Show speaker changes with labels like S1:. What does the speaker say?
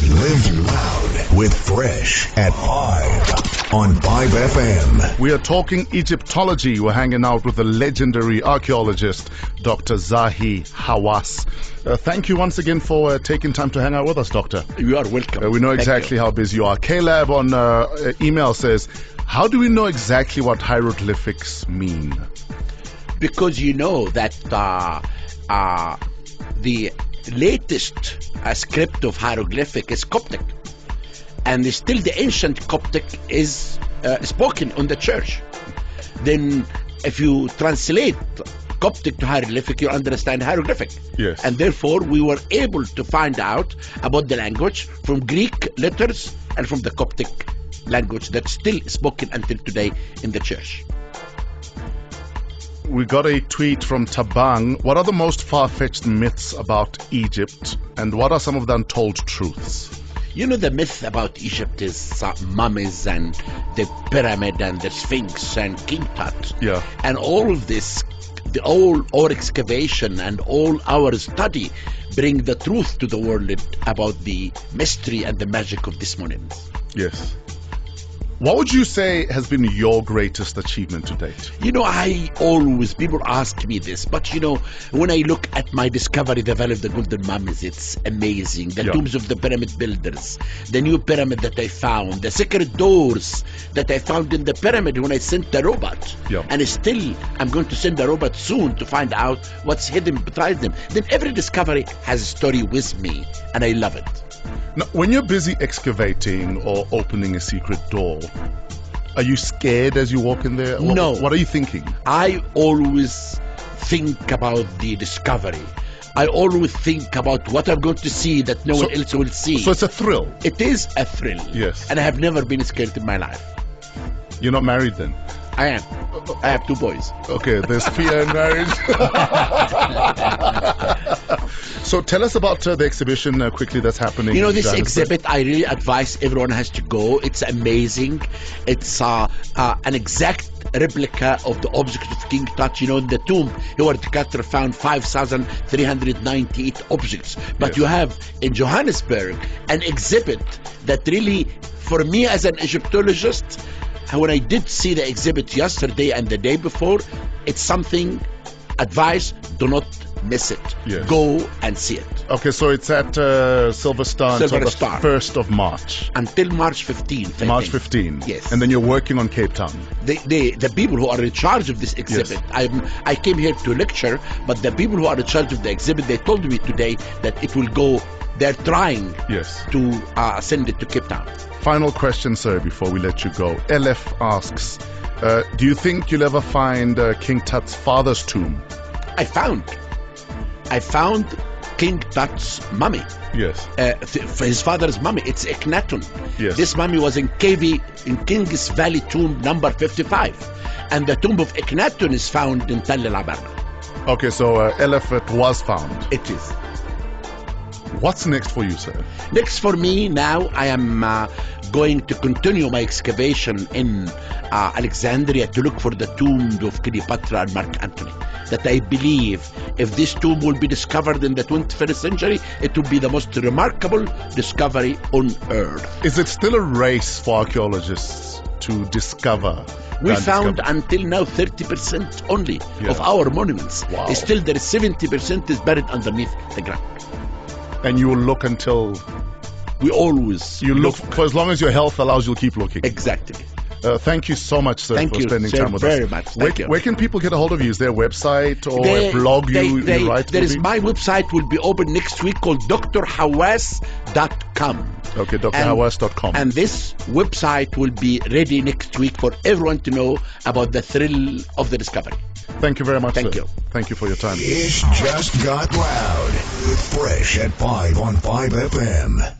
S1: and loud with Fresh at 5 on 5FM.
S2: We are talking Egyptology. We're hanging out with the legendary archaeologist, Dr. Zahi Hawass. Uh, thank you once again for uh, taking time to hang out with us, Doctor.
S3: You are welcome.
S2: Uh, we know exactly how busy you are. Caleb on uh, email says, How do we know exactly what hieroglyphics mean?
S3: because you know that uh, uh, the latest uh, script of hieroglyphic is Coptic, and still the ancient Coptic is uh, spoken on the church. Then, if you translate Coptic to hieroglyphic, you understand hieroglyphic.
S2: Yes.
S3: And therefore, we were able to find out about the language from Greek letters and from the Coptic language that's still spoken until today in the church.
S2: We got a tweet from Tabang. What are the most far fetched myths about Egypt, and what are some of the untold truths?
S3: You know the myth about Egypt is uh, mummies and the pyramid and the Sphinx and King Tut.
S2: Yeah.
S3: And all of this, the, all our excavation and all our study bring the truth to the world about the mystery and the magic of these monuments.
S2: Yes. What would you say has been your greatest achievement to date?
S3: You know, I always, people ask me this, but you know, when I look at my discovery, the Valley of the Golden Mummies, it's amazing. The
S2: Yeah.
S3: tombs of the pyramid builders, the new pyramid that I found, the secret doors that I found in the pyramid when I sent the robot.
S2: Yeah.
S3: And still, I'm going to send the robot soon to find out what's hidden behind them. Then every discovery has a story with me, and I love it.
S2: Now, when you're busy excavating or opening a secret door, are you scared as you walk in there? What-
S3: No.
S2: What are you thinking?
S3: I always think about the discovery. I always think about what I'm going to see that no one
S2: So-
S3: else will see.
S2: So it's a thrill.
S3: it is a thrill.
S2: Yes.
S3: And I have never been scared in my life.
S2: You're not married then?
S3: I am.
S2: Uh,
S3: I have two boys.
S2: Okay, there's fear in marriage. so tell us about uh, the exhibition uh, quickly that's happening.
S3: You know,
S2: in
S3: this
S2: Johannesburg.
S3: exhibit, I really advise everyone has to go. It's amazing. It's uh, uh, an exact replica of the object of King Tut. You know, in the tomb, Howard Carter found 5,398 objects. But
S2: Yes.
S3: you have in Johannesburg an exhibit that really, for me as an Egyptologist, when I did see the exhibit yesterday and the day before, it's something, advice, do not miss it.
S2: Yes.
S3: Go and see it.
S2: Okay, so it's at uh, Silver Star
S3: Silver
S2: until the
S3: Star.
S2: 1st of March.
S3: until March 15th. I
S2: March
S3: think.
S2: 15.
S3: Yes.
S2: And then you're working on Cape Town.
S3: They, they, the people who are in charge of this exhibit, I'm, I came here to lecture, but the people who are in charge of the exhibit, they told me today that it will go, they're trying
S2: Yes.
S3: to uh, send it to Cape Town.
S2: Final question, sir, before we let you go. LF asks uh, Do you think you'll ever find uh, King Tut's father's tomb?
S3: I found, I found King Tut's mummy.
S2: Yes.
S3: uh, f- for his father's mummy. It's Akhenaten.
S2: Yes.
S3: This mummy was in KV, in King's Valley tomb number 55. And the tomb of Akhenaten is found in Tell el Abarna.
S2: Okay, so uh, LF it was found.
S3: It is.
S2: What's next for you, sir?
S3: Next for me now, I am uh, going to continue my excavation in uh, Alexandria to look for the tomb of Cleopatra and Mark Antony. That I believe, if this tomb will be discovered in the 21st century, it will be the most remarkable discovery on earth.
S2: Is it still a race for archaeologists to discover?
S3: We
S2: and
S3: found
S2: discover?
S3: until now 30% only
S2: Yeah.
S3: of our monuments.
S2: Wow.
S3: Still, there is 70% is buried underneath the ground.
S2: and you will look until
S3: We always
S2: you look, for as long as your health allows. You'll keep looking.
S3: exactly.
S2: Uh, thank you so much, sir,
S3: Thank
S2: for
S3: you,
S2: spending
S3: sir,
S2: time with us.
S3: very much.
S2: Where,
S3: Thank you.
S2: where can people get a hold of you? Is there a website or
S3: They-
S2: a blog you,
S3: they-
S2: you
S3: they-
S2: write?
S3: there is
S2: maybe?
S3: my website will be open next week called drhawass.com.
S2: Okay,
S3: And-
S2: drhawass.com.
S3: And this website will be ready next week for everyone to know about the thrill of the discovery.
S2: Thank you very much.
S3: Thank
S2: sir.
S3: you.
S2: Thank you for your time.
S1: It's just got loud with Fresh at 5 on 5FM.